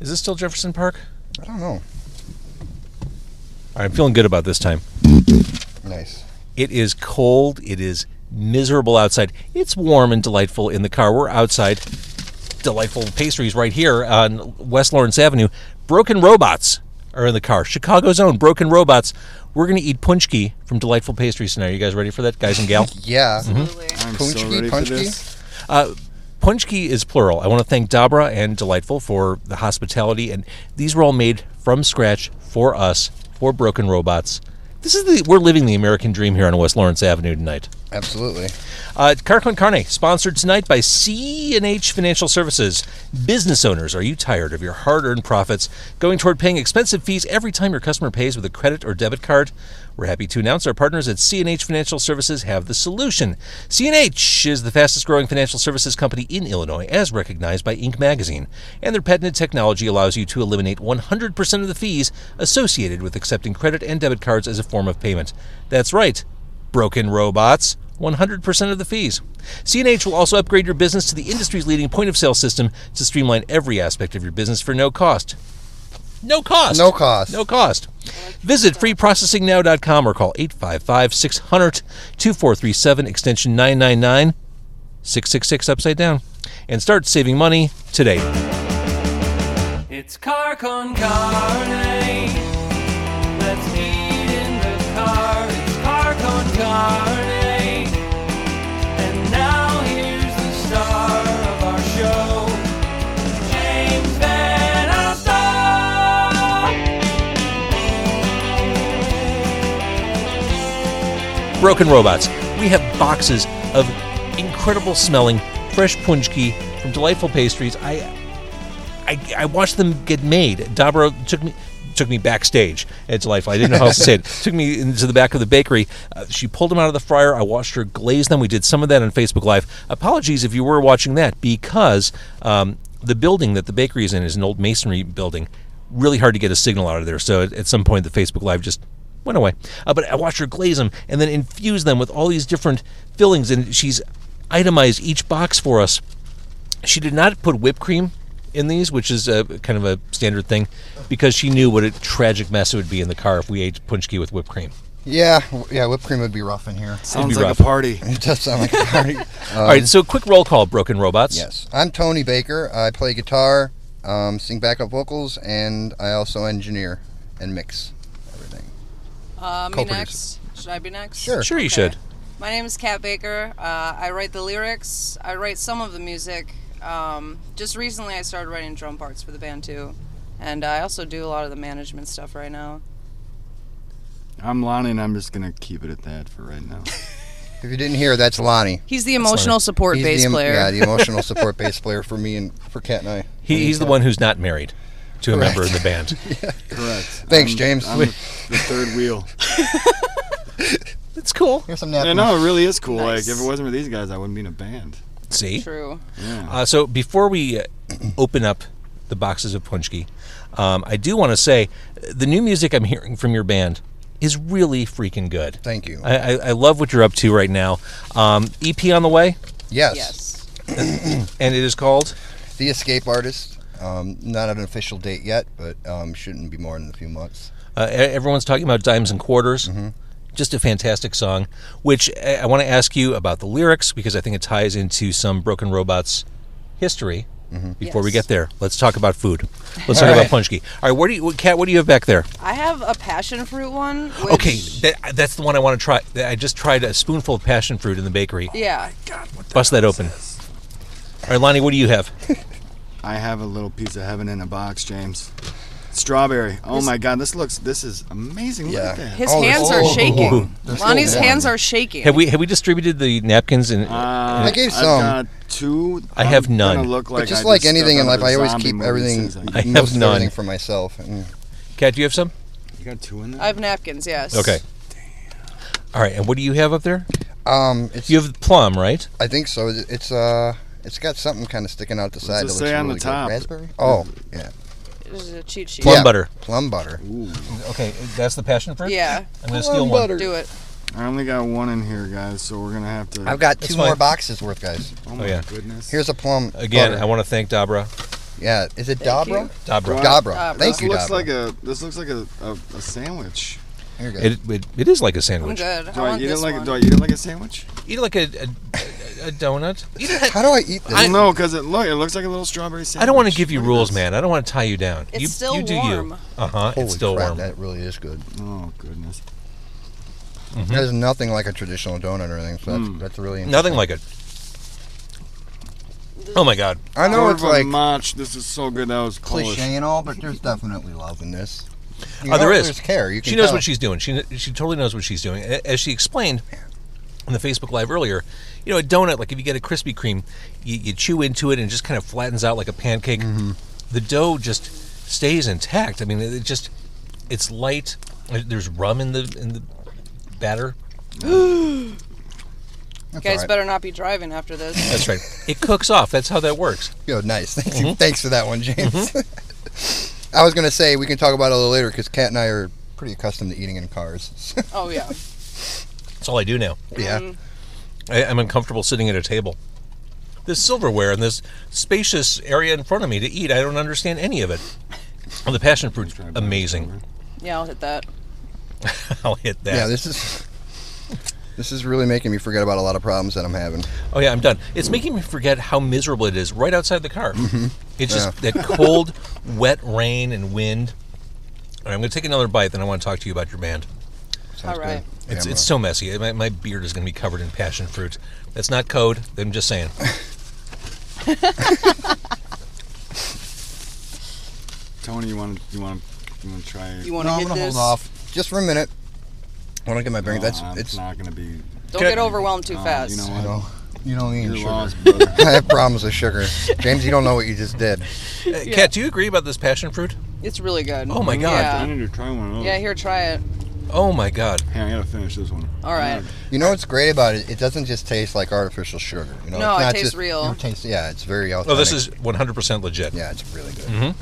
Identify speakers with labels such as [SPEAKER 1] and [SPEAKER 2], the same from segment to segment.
[SPEAKER 1] Is this still Jefferson Park?
[SPEAKER 2] I don't know.
[SPEAKER 1] All right, I'm feeling good about this time.
[SPEAKER 2] Nice.
[SPEAKER 1] It is cold. It is miserable outside. It's warm and delightful in the car. We're outside. Delightful pastries right here on West Lawrence Avenue. Broken Robots are in the car. Chicago's own Broken Robots. We're going to eat punchki from Delightful Pastries tonight. Are you guys ready for that, guys and gal?
[SPEAKER 2] Yeah.
[SPEAKER 3] Absolutely.
[SPEAKER 4] I'm so
[SPEAKER 2] Punchki,
[SPEAKER 4] ready for
[SPEAKER 2] punchki.
[SPEAKER 4] this.
[SPEAKER 1] Punchki is plural. I want to thank Dabra and Delightful for the hospitality, and these were all made from scratch for us, for Broken Robots. This is the we're living the American dream here on West Lawrence Avenue tonight.
[SPEAKER 2] Absolutely.
[SPEAKER 1] Uh, Carcon Carne, sponsored tonight by C&H Financial Services. Business owners, are you tired of your hard-earned profits going toward paying expensive fees every time your customer pays with a credit or debit card? We're happy to announce our partners at C&H Financial Services have the solution. C&H is the fastest-growing financial services company in Illinois, as recognized by Inc. magazine, and their patented technology allows you to eliminate 100% of the fees associated with accepting credit and debit cards as a form of payment. That's right. Broken robots, 100% of the fees. CNH will also upgrade your business to the industry's leading point of sale system to streamline every aspect of your business for no cost. No cost.
[SPEAKER 2] No cost.
[SPEAKER 1] No cost. Visit freeprocessingnow.com or call 855 600 2437 extension 999 666 upside down and start saving money today.
[SPEAKER 5] It's car con carne. Let's eat in the car. It's car con carne. And now here's the star of our show, James Van Alstine.
[SPEAKER 1] Broken Robots. We have boxes of incredible smelling fresh punchki from delightful pastries. I, I, I watched them get made. Dabro took me took me backstage at delightful. I didn't know how else to say it. Took me into the back of the bakery. Uh, she pulled them out of the fryer. I watched her glaze them. We did some of that on Facebook Live. Apologies if you were watching that because um, the building that the bakery is in is an old masonry building. Really hard to get a signal out of there. So at, at some point, the Facebook Live just went away. Uh, but I watched her glaze them and then infuse them with all these different fillings, and she's itemized each box for us. She did not put whipped cream in these, which is a, kind of a standard thing, because she knew what a tragic mess it would be in the car if we ate punchki with whipped cream.
[SPEAKER 2] Yeah. w- Yeah. Whipped cream would be rough in here.
[SPEAKER 1] be
[SPEAKER 4] Sounds like
[SPEAKER 1] rough.
[SPEAKER 4] a party.
[SPEAKER 2] It does sound like a party. Uh,
[SPEAKER 1] All right, so quick roll call, Broken Robots.
[SPEAKER 2] Yes. I'm Tony Baker. I play guitar, um, sing backup vocals, and I also engineer and mix everything.
[SPEAKER 3] Uh, me
[SPEAKER 2] Co-producer.
[SPEAKER 3] next. Should I be next?
[SPEAKER 2] Sure.
[SPEAKER 1] Sure, you
[SPEAKER 3] Okay.
[SPEAKER 1] should.
[SPEAKER 3] My name is Kat Baker. Uh, I write the lyrics. I write some of the music. Um, just recently, I started writing drum parts for the band too, and I also do a lot of the management stuff right now.
[SPEAKER 4] I'm Lonnie, and I'm just gonna keep it at that for right now.
[SPEAKER 2] If you didn't hear, that's Lonnie.
[SPEAKER 3] He's the emotional support
[SPEAKER 2] He's
[SPEAKER 3] bass
[SPEAKER 2] the em-
[SPEAKER 3] player.
[SPEAKER 2] Yeah, the emotional support bass player for me and for Kat and I.
[SPEAKER 1] He, he's the one who's not married to a member of the
[SPEAKER 2] Correct.
[SPEAKER 1] band.
[SPEAKER 4] Correct.
[SPEAKER 2] Thanks,
[SPEAKER 4] I'm-
[SPEAKER 2] James.
[SPEAKER 4] I'm the third wheel.
[SPEAKER 1] That's cool.
[SPEAKER 2] Here's some
[SPEAKER 4] I
[SPEAKER 2] napkins.
[SPEAKER 4] know it really is cool.
[SPEAKER 3] Nice.
[SPEAKER 4] Like if it wasn't for these guys, I wouldn't be in a band.
[SPEAKER 1] See?
[SPEAKER 3] True.
[SPEAKER 4] Yeah.
[SPEAKER 1] Uh, so before we uh, open up the boxes of punchki, um, I do want to say uh, the new music I'm hearing from your band is really freaking good.
[SPEAKER 2] Thank you.
[SPEAKER 1] I, I, I love what you're up to right now. Um, EP on the way,
[SPEAKER 2] Yes.
[SPEAKER 3] Yes.
[SPEAKER 1] and it is called.
[SPEAKER 2] The Escape Artist. Um, not an official date yet, but um, shouldn't be more than a few months.
[SPEAKER 1] Uh, e- everyone's talking about dimes and quarters. Just a fantastic song, which uh, I, I want to ask you about the lyrics because I think it ties into some Broken Robots history. Before we
[SPEAKER 3] Yes.
[SPEAKER 1] get there, let's talk about food. Let's talk about punchki. All right, what do you, what, Kat? What do you have back there?
[SPEAKER 3] I have a passion fruit one. Which,
[SPEAKER 1] Okay, that, that's the one I want to try. I just tried a spoonful of passion fruit in the bakery.
[SPEAKER 3] yeah.
[SPEAKER 1] Bust that open. All right, Lonnie, what do you have?
[SPEAKER 4] I have a little piece of heaven in a box, James. Strawberry. Oh my God, this looks. This is amazing. Look at
[SPEAKER 2] Yeah.
[SPEAKER 4] that.
[SPEAKER 3] His
[SPEAKER 2] Oh, there's-
[SPEAKER 3] hands are
[SPEAKER 2] oh,
[SPEAKER 3] shaking.
[SPEAKER 2] there's
[SPEAKER 3] Lonnie's
[SPEAKER 2] still one.
[SPEAKER 3] hands are shaking.
[SPEAKER 1] Have we have we distributed the napkins? And
[SPEAKER 4] Uh,
[SPEAKER 2] I gave some.
[SPEAKER 4] I've got two.
[SPEAKER 1] I have
[SPEAKER 4] I'm gonna
[SPEAKER 1] none.
[SPEAKER 4] Look like
[SPEAKER 2] but just
[SPEAKER 4] I
[SPEAKER 2] like
[SPEAKER 4] stepped
[SPEAKER 2] anything in
[SPEAKER 4] out of
[SPEAKER 2] life,
[SPEAKER 4] a
[SPEAKER 2] I always
[SPEAKER 4] zombie
[SPEAKER 2] keep
[SPEAKER 4] movie
[SPEAKER 2] everything,
[SPEAKER 4] since
[SPEAKER 1] I
[SPEAKER 4] I-
[SPEAKER 1] have
[SPEAKER 2] most of
[SPEAKER 1] none.
[SPEAKER 2] everything for myself. And
[SPEAKER 1] Kat, do you have some?
[SPEAKER 4] You got two in there.
[SPEAKER 3] I have napkins. Yes.
[SPEAKER 1] Okay. All right, and what do you have up there?
[SPEAKER 2] um, it's,
[SPEAKER 1] You have plum, right?
[SPEAKER 2] I think so. It- It's uh, it's got something kind of sticking out the side.
[SPEAKER 4] it
[SPEAKER 2] that looks
[SPEAKER 4] say on the
[SPEAKER 2] really good.
[SPEAKER 4] top?
[SPEAKER 2] Raspberry. Oh, yeah.
[SPEAKER 3] This is a cheat sheet.
[SPEAKER 1] Plum
[SPEAKER 2] Yeah,
[SPEAKER 1] butter.
[SPEAKER 2] Plum butter.
[SPEAKER 4] Ooh.
[SPEAKER 1] Okay, that's the passion fruit.
[SPEAKER 3] Yeah.
[SPEAKER 1] I'm gonna
[SPEAKER 2] Plum
[SPEAKER 1] steal
[SPEAKER 2] butter.
[SPEAKER 1] one.
[SPEAKER 3] Do it.
[SPEAKER 4] I only got one in here, guys. So we're gonna have to.
[SPEAKER 2] I've got
[SPEAKER 1] That's
[SPEAKER 2] two more
[SPEAKER 1] fine.
[SPEAKER 2] boxes worth, guys.
[SPEAKER 4] Oh my
[SPEAKER 1] yeah.
[SPEAKER 4] goodness.
[SPEAKER 2] Here's a plum.
[SPEAKER 1] Again,
[SPEAKER 2] butter.
[SPEAKER 1] I want to thank Dabra
[SPEAKER 2] Yeah, is it
[SPEAKER 3] Thank
[SPEAKER 2] Dabra?
[SPEAKER 3] you.
[SPEAKER 1] Dabra.
[SPEAKER 4] Wow.
[SPEAKER 2] Dabra.
[SPEAKER 3] Dabra.
[SPEAKER 2] Thank
[SPEAKER 4] this
[SPEAKER 2] you,
[SPEAKER 4] looks
[SPEAKER 2] Dabra.
[SPEAKER 4] like a this looks like a, a, a sandwich.
[SPEAKER 2] Here you go.
[SPEAKER 1] It, it, it is like a
[SPEAKER 3] I'm
[SPEAKER 1] sandwich.
[SPEAKER 3] good. I
[SPEAKER 4] Do I,
[SPEAKER 3] want
[SPEAKER 4] eat it
[SPEAKER 3] this
[SPEAKER 4] like
[SPEAKER 3] one.
[SPEAKER 4] do I eat it like a sandwich?
[SPEAKER 1] Eat it like a, a, a donut. Eat it.
[SPEAKER 2] How do I eat this?
[SPEAKER 4] I, no, because it look it looks like a little strawberry sandwich.
[SPEAKER 1] I don't want to give you
[SPEAKER 4] Look at
[SPEAKER 1] rules,
[SPEAKER 4] this.
[SPEAKER 1] man. I don't want to tie you down.
[SPEAKER 3] It's
[SPEAKER 1] you,
[SPEAKER 3] still
[SPEAKER 1] you do you.
[SPEAKER 3] warm.
[SPEAKER 1] Uh huh.
[SPEAKER 2] Holy
[SPEAKER 1] It's still
[SPEAKER 2] crap,
[SPEAKER 1] warm.
[SPEAKER 2] that really is good.
[SPEAKER 4] Oh goodness. Mm-hmm.
[SPEAKER 2] There's nothing like a traditional donut or anything, so that's,
[SPEAKER 4] Mm.
[SPEAKER 2] that's really
[SPEAKER 1] Nothing like it. Oh my god.
[SPEAKER 2] I know it's like
[SPEAKER 4] match. This is so good. That was Polish.
[SPEAKER 2] cliche and all, but there's definitely love in this. You
[SPEAKER 1] Oh, there
[SPEAKER 2] know,
[SPEAKER 1] is.
[SPEAKER 2] There's care. You can
[SPEAKER 1] She knows
[SPEAKER 2] tell.
[SPEAKER 1] what she's doing. She she totally knows what she's doing. A- As she explained in the Facebook Live earlier, you know, a donut, like if you get a Krispy Kreme, you, you chew into it and it just kind of flattens out like a pancake.
[SPEAKER 2] Mm-hmm.
[SPEAKER 1] The dough just stays intact. I mean, it it just it's light. There- There's rum in the in the batter.
[SPEAKER 3] You
[SPEAKER 2] That's
[SPEAKER 3] guys
[SPEAKER 2] alright.
[SPEAKER 3] better not be driving after this.
[SPEAKER 1] That's right. It cooks off. That's how that works.
[SPEAKER 2] Yo, nice. Thank
[SPEAKER 1] Mm-hmm.
[SPEAKER 2] you. Thanks for that one, James. I was gonna say we can talk about it a little later because Kat and I are pretty accustomed to eating in cars.
[SPEAKER 3] oh yeah.
[SPEAKER 1] That's all I do now.
[SPEAKER 2] yeah.
[SPEAKER 3] Mm-hmm.
[SPEAKER 1] I, I'm uncomfortable sitting at a table. This silverware and this spacious area in front of me to eat, I don't understand any of it. Oh, the passion fruit's
[SPEAKER 4] Try back
[SPEAKER 1] amazing.
[SPEAKER 4] over.
[SPEAKER 3] Yeah, I'll hit that.
[SPEAKER 1] I'll hit that.
[SPEAKER 2] Yeah. This is this is really making me forget about a lot of problems that I'm having.
[SPEAKER 1] oh yeah, I'm done. It's making me forget how miserable it is right outside the car.
[SPEAKER 2] Mm-hmm.
[SPEAKER 1] It's just that cold, wet rain and wind. All right, I'm going to take another bite, then I want to talk to you about your band.
[SPEAKER 2] Sounds
[SPEAKER 3] All right.
[SPEAKER 2] good. Yeah,
[SPEAKER 1] It's,
[SPEAKER 2] I'm
[SPEAKER 1] it's so
[SPEAKER 2] gonna-
[SPEAKER 1] messy. My, my beard is going to be covered in passion fruit. That's not code. I'm just saying.
[SPEAKER 4] Tony, you want you want you want to try?
[SPEAKER 3] You want to
[SPEAKER 2] no, I'm
[SPEAKER 3] hit
[SPEAKER 2] gonna
[SPEAKER 3] this?
[SPEAKER 2] hold off just for a minute. I want to get my
[SPEAKER 4] No,
[SPEAKER 2] drink. That's
[SPEAKER 4] I'm
[SPEAKER 2] it's.
[SPEAKER 4] not gonna be.
[SPEAKER 3] Don't
[SPEAKER 1] Okay.
[SPEAKER 3] get overwhelmed too
[SPEAKER 4] Oh,
[SPEAKER 3] fast.
[SPEAKER 4] You know
[SPEAKER 2] I
[SPEAKER 4] what?
[SPEAKER 2] don't. You don't need
[SPEAKER 4] You're
[SPEAKER 2] sugar.
[SPEAKER 4] lost, brother.
[SPEAKER 2] I have problems with sugar. James, you don't know what you just did.
[SPEAKER 1] Uh, Kat, do you agree about this passion fruit?
[SPEAKER 3] It's really good.
[SPEAKER 1] Oh my
[SPEAKER 4] I
[SPEAKER 1] God.
[SPEAKER 4] need to try one of
[SPEAKER 3] Yeah.
[SPEAKER 4] those.
[SPEAKER 3] yeah, here, try it.
[SPEAKER 1] Oh my God.
[SPEAKER 4] Hey, I gotta finish this one.
[SPEAKER 3] All right.
[SPEAKER 2] You know what's great about it? It doesn't just taste like artificial sugar. You know,
[SPEAKER 3] No,
[SPEAKER 2] it's
[SPEAKER 3] it
[SPEAKER 2] not
[SPEAKER 3] tastes
[SPEAKER 2] just,
[SPEAKER 3] real.
[SPEAKER 2] It tastes, yeah, it's very authentic.
[SPEAKER 1] Oh, this is 100% legit.
[SPEAKER 2] Yeah, it's really good.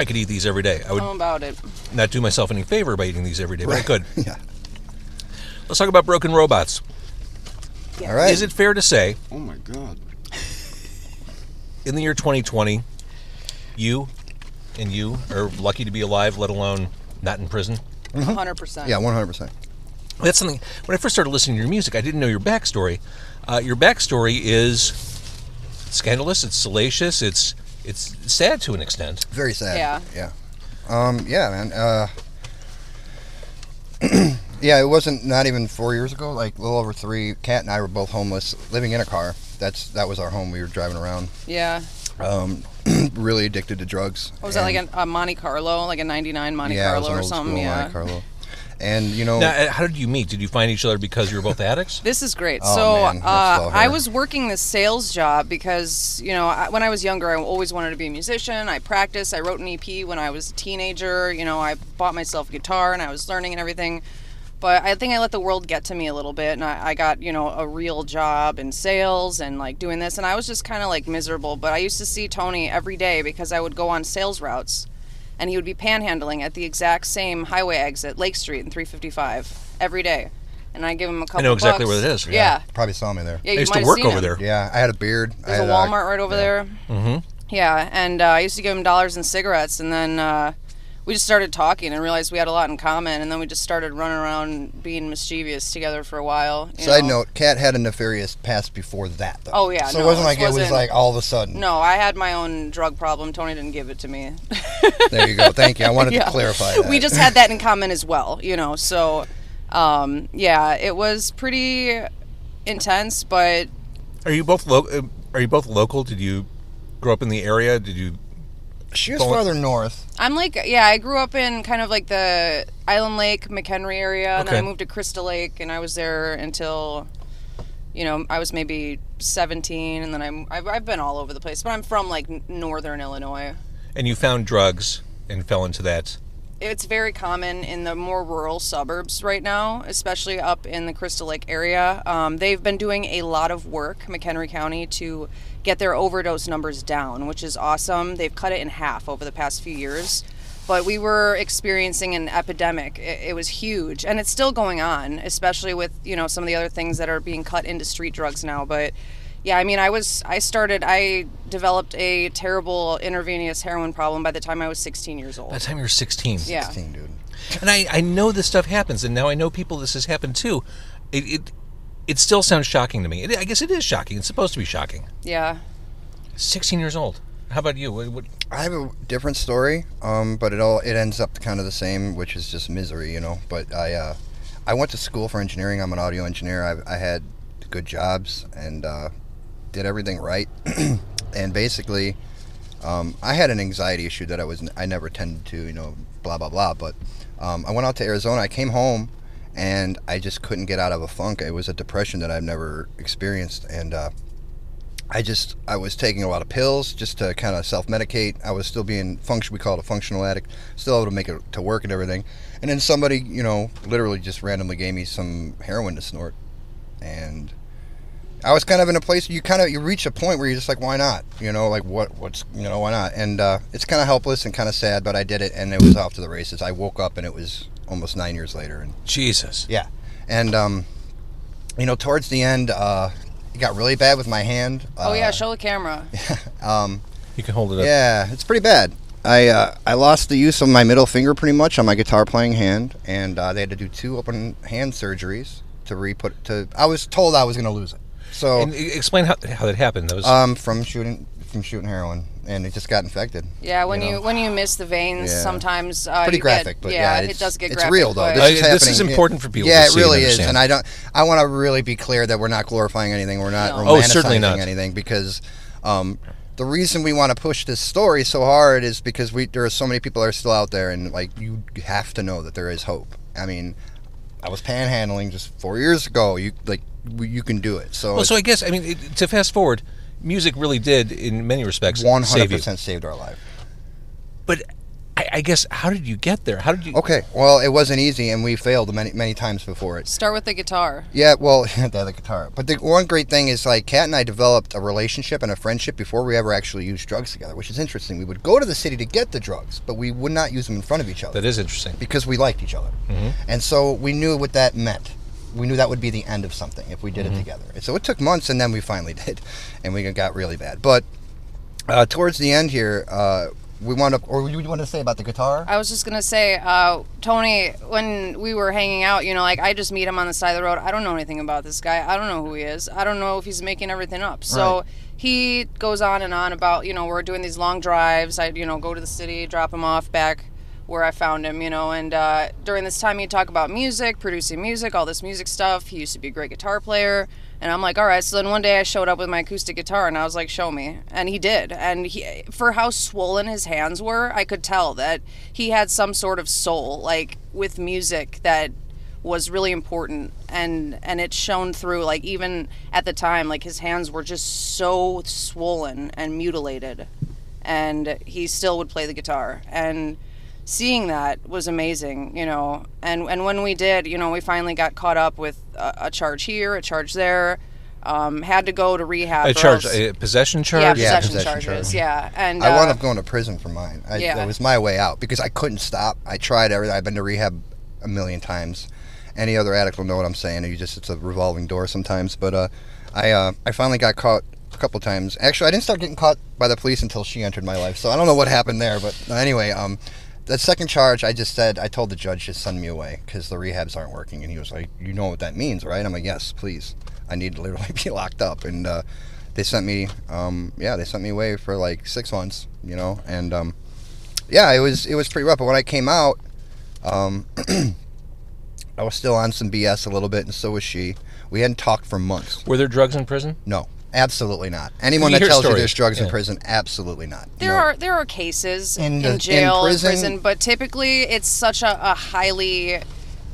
[SPEAKER 1] I could eat these every day. I would
[SPEAKER 3] Tell 'em about it.
[SPEAKER 1] not do myself any favor by eating these every day, but I
[SPEAKER 2] Right.
[SPEAKER 1] could.
[SPEAKER 2] Yeah.
[SPEAKER 1] Let's talk about broken robots.
[SPEAKER 2] All right.
[SPEAKER 1] Is it fair to say,
[SPEAKER 4] Oh my god.
[SPEAKER 1] in the year 2020, you and you are lucky to be alive, let alone not in prison?
[SPEAKER 3] 100%.
[SPEAKER 2] Yeah, 100%.
[SPEAKER 1] That's something. When I first started listening to your music, I didn't know your backstory. Uh, your backstory is scandalous. It's salacious. It's it's sad to an extent.
[SPEAKER 2] Very sad.
[SPEAKER 3] Yeah.
[SPEAKER 2] Yeah. Um, yeah, man. Uh, yeah, it wasn't not even four years ago, like a little over three. Kat and I were both homeless, living in a car. That's that was our home. We were driving around,
[SPEAKER 3] Yeah.
[SPEAKER 2] um, really addicted to drugs.
[SPEAKER 3] What Oh, was that, like
[SPEAKER 2] And-
[SPEAKER 3] an, a Monte Carlo? Like a 99 Monte
[SPEAKER 2] yeah, it was
[SPEAKER 3] Carlo
[SPEAKER 2] an
[SPEAKER 3] or
[SPEAKER 2] old
[SPEAKER 3] something?
[SPEAKER 2] school
[SPEAKER 3] yeah.
[SPEAKER 2] Monte Carlo. And you
[SPEAKER 3] Oh.
[SPEAKER 2] know,
[SPEAKER 1] Now, uh, how did you meet? Did you find each other because you were both addicts?
[SPEAKER 3] This is great.
[SPEAKER 2] Oh,
[SPEAKER 3] so
[SPEAKER 2] man, that's
[SPEAKER 3] uh,
[SPEAKER 2] so
[SPEAKER 3] I
[SPEAKER 2] hard.
[SPEAKER 3] was working this sales job because you know I, when I was younger, I always wanted to be a musician. I practiced. I wrote an EP when I was a teenager. You know, I bought myself a guitar and I was learning and everything. But I think I let the world get to me a little bit, and I, I got you know a real job in sales and like doing this, and I was just kind of like miserable. But I used to see Tony every day because I would go on sales routes, and he would be panhandling at the exact same highway exit, Lake Street and 355, every day. And I give him a couple.
[SPEAKER 1] know exactly
[SPEAKER 3] bucks.
[SPEAKER 1] where it is, yeah.
[SPEAKER 3] Yeah,
[SPEAKER 2] probably saw me there.
[SPEAKER 3] yeah,
[SPEAKER 1] I
[SPEAKER 3] you
[SPEAKER 1] used
[SPEAKER 3] might
[SPEAKER 1] to
[SPEAKER 3] have
[SPEAKER 1] work
[SPEAKER 3] seen
[SPEAKER 1] over
[SPEAKER 3] him.
[SPEAKER 1] there.
[SPEAKER 2] Yeah, I had a beard. I
[SPEAKER 3] There's a
[SPEAKER 2] had uh,
[SPEAKER 3] Walmart right over there.
[SPEAKER 1] Mhm.
[SPEAKER 3] Yeah, and uh, I used to give him dollars and cigarettes, and then uh, we just started talking and realized we had a lot in common, and then we just started running around being mischievous together for a while. you
[SPEAKER 2] Side
[SPEAKER 3] know.
[SPEAKER 2] note: Cat had a nefarious past before that, though.
[SPEAKER 3] Oh, yeah,
[SPEAKER 2] So it
[SPEAKER 3] no,
[SPEAKER 2] wasn't like
[SPEAKER 3] this
[SPEAKER 2] it was
[SPEAKER 3] wasn't-
[SPEAKER 2] like all of a sudden.
[SPEAKER 3] No, I had my own drug problem. Tony didn't give it to me.
[SPEAKER 2] There you go. Thank you. I wanted
[SPEAKER 3] Yeah.
[SPEAKER 2] to clarify. That.
[SPEAKER 3] we just had that in common as well, you know. So, um, yeah, it was pretty intense, but
[SPEAKER 1] Are you both lo- uh, Are you both local? Did you grow up in the area? Did you?
[SPEAKER 2] She was
[SPEAKER 1] Well-
[SPEAKER 2] farther north.
[SPEAKER 3] I'm like, yeah, I grew up in kind of like the Island Lake, McHenry area, and then
[SPEAKER 1] Okay.
[SPEAKER 3] I moved to Crystal Lake, and I was there until, you know, I was maybe 17, and then I'm, I've, I've been all over the place, but I'm from like n- northern Illinois.
[SPEAKER 1] And you found drugs and fell into that.
[SPEAKER 3] It's very common in the more rural suburbs right now, especially up in the Crystal Lake area. Um, they've been doing a lot of work, McHenry County, to get their overdose numbers down, which is awesome. They've cut it in half over the past few years. But we were experiencing an epidemic. It, it was huge, and it's still going on, especially with you know some of the other things that are being cut into street drugs now. But yeah, I mean, I was, I started, I developed a terrible intravenous heroin problem by the time I was 16 years
[SPEAKER 1] By the
[SPEAKER 3] old.
[SPEAKER 1] time you're 16.
[SPEAKER 3] Yeah.
[SPEAKER 2] 16, dude.
[SPEAKER 1] And I, I know this stuff happens, and now I know people this has happened too. It, it, it still sounds shocking to me. It, I guess it is shocking. It's supposed to be shocking.
[SPEAKER 3] Yeah.
[SPEAKER 1] 16 years old. How about you? What, what,
[SPEAKER 2] I have a different story, um, but it all it ends up kind of the same, which is just misery, you know. But I, uh, I went to school for engineering. I'm an audio engineer. I, I had good jobs and uh, did everything right. and basically, um, I had an anxiety issue that I was I never tended to, you know, blah blah blah. But um, I went out to Arizona. I came home, and I just couldn't get out of a funk. It was a depression that I've never experienced, and uh, I just I was taking a lot of pills just to kind of self-medicate. I was still being function we call it a functional addict, still able to make it to work and everything. And then somebody, you know, literally just randomly gave me some heroin to snort, and I was kind of in a place you kind of you reach a point where you're just like, why not? You know, like what what's you know why not? And uh, it's kind of helpless and kind of sad, but I did it, and it was off to the races. I woke up and it was almost nine years later, and
[SPEAKER 1] Jesus.
[SPEAKER 2] yeah, and um, you know, towards the end, uh, it got really bad with my hand.
[SPEAKER 3] Oh, yeah,
[SPEAKER 2] uh,
[SPEAKER 3] show the camera.
[SPEAKER 2] um,
[SPEAKER 1] You can hold it up.
[SPEAKER 2] yeah, it's pretty bad. I uh, I lost the use of my middle finger pretty much on my guitar playing hand, and uh, they had to do two open hand surgeries to re put to. I was told I was going to lose it, so
[SPEAKER 1] And e- explain how, how that happened. That was
[SPEAKER 2] um from shooting from shooting heroin, and it just got infected.
[SPEAKER 3] Yeah, when you,
[SPEAKER 2] know.
[SPEAKER 3] when you miss the veins,
[SPEAKER 2] Yeah.
[SPEAKER 3] sometimes uh,
[SPEAKER 2] pretty
[SPEAKER 3] you get-
[SPEAKER 2] graphic, but yeah, it's,
[SPEAKER 3] it does get
[SPEAKER 2] it's
[SPEAKER 3] graphic.
[SPEAKER 2] real though.
[SPEAKER 3] but-
[SPEAKER 2] This,
[SPEAKER 1] Uh,
[SPEAKER 2] is,
[SPEAKER 1] this is
[SPEAKER 2] happening.
[SPEAKER 1] important for people
[SPEAKER 2] Yeah,
[SPEAKER 1] to
[SPEAKER 2] it
[SPEAKER 1] see and
[SPEAKER 2] really is,
[SPEAKER 1] understand.
[SPEAKER 2] and I don't. I want to really be clear that we're not glorifying anything. We're not
[SPEAKER 3] No.
[SPEAKER 1] Oh, certainly
[SPEAKER 2] romanticizing
[SPEAKER 1] not.
[SPEAKER 2] anything because um, the reason we want to push this story so hard is because we there are so many people that are still out there, and like you have to know that there is hope. I mean, I was panhandling just four years ago. You like we- you can do it. So
[SPEAKER 1] well, so I guess I mean it, to fast forward, music really did in many respects
[SPEAKER 2] one
[SPEAKER 1] save
[SPEAKER 2] hundred
[SPEAKER 1] you.
[SPEAKER 2] percent saved our life.
[SPEAKER 1] But I, I guess how did you get there? How did you?
[SPEAKER 2] Okay, well, it wasn't easy, and we failed many many times before it.
[SPEAKER 3] Start with the guitar.
[SPEAKER 2] Yeah, well, the other guitar. But the one great thing is like Kat and I developed a relationship and a friendship before we ever actually used drugs together, which is interesting. We would go to the city to get the drugs, but we would not use them in front of each other
[SPEAKER 1] That is Mm-hmm. interesting.
[SPEAKER 2] because we liked each other. And so we knew what that meant. We knew that would be the end of something if we did
[SPEAKER 1] Mm-hmm.
[SPEAKER 2] it together. And so it took months, and then we finally did, and we got really bad. But uh, towards the end here, uh, we wound up. Or you want to say about the guitar?
[SPEAKER 3] I was just gonna say, uh, Tony, when we were hanging out, you know, like I just meet him on the side of the road. I don't know anything about this guy. I don't know who he is. I don't know if he's making everything up. So
[SPEAKER 2] Right.
[SPEAKER 3] he goes on and on about, you know, we're doing these long drives. I, you know, go to the city, drop him off back where I found him, you know. And uh, during this time, he'd talk about music, producing music, all this music stuff. He used to be a great guitar player. And I'm like, all right. So then one day I showed up with my acoustic guitar and I was like, show me. And he did. And he, for how swollen his hands were, I could tell that he had some sort of soul, like with music that was really important and and it shone through like even at the time like his hands were just so swollen and mutilated and he still would play the guitar and seeing that was amazing you know and and when we did you know we finally got caught up with a, a charge here a charge there um, had to go to rehab
[SPEAKER 1] A
[SPEAKER 3] or
[SPEAKER 1] charge,
[SPEAKER 3] else-
[SPEAKER 1] a possession
[SPEAKER 3] yeah,
[SPEAKER 1] charge.
[SPEAKER 2] Yeah,
[SPEAKER 3] possession,
[SPEAKER 2] possession
[SPEAKER 3] charges
[SPEAKER 2] charge.
[SPEAKER 3] yeah and
[SPEAKER 2] I
[SPEAKER 3] uh,
[SPEAKER 2] wound up going to prison for mine. I,
[SPEAKER 3] yeah.
[SPEAKER 2] That was my way out because I couldn't stop. I tried everything. I've been to rehab a million times. Any other addict will know what I'm saying. You just it's a revolving door sometimes. But uh, I uh, I finally got caught a couple times. Actually, I didn't start getting caught by the police until she entered my life. So I don't know what happened there. But anyway, um, that second charge, I just said I told the judge to send me away because the rehabs aren't working, and he was like, "You know what that means, right?" I'm like, "Yes, please. I need to literally be locked up." And uh, they sent me um yeah they sent me away for like six months you know and um yeah it was it was pretty rough but when i came out um i was still on some bs a little bit and so was she we hadn't talked for months
[SPEAKER 1] Were there drugs in prison?
[SPEAKER 2] no absolutely not anyone
[SPEAKER 1] You
[SPEAKER 2] that
[SPEAKER 1] hear
[SPEAKER 2] tells
[SPEAKER 1] stories,
[SPEAKER 2] you there's drugs
[SPEAKER 1] yeah.
[SPEAKER 2] in prison absolutely not
[SPEAKER 3] There
[SPEAKER 2] No.
[SPEAKER 3] are there are cases
[SPEAKER 2] In
[SPEAKER 3] in,
[SPEAKER 2] the- in
[SPEAKER 3] jail in prison,
[SPEAKER 2] prison-
[SPEAKER 3] but typically it's such a, a highly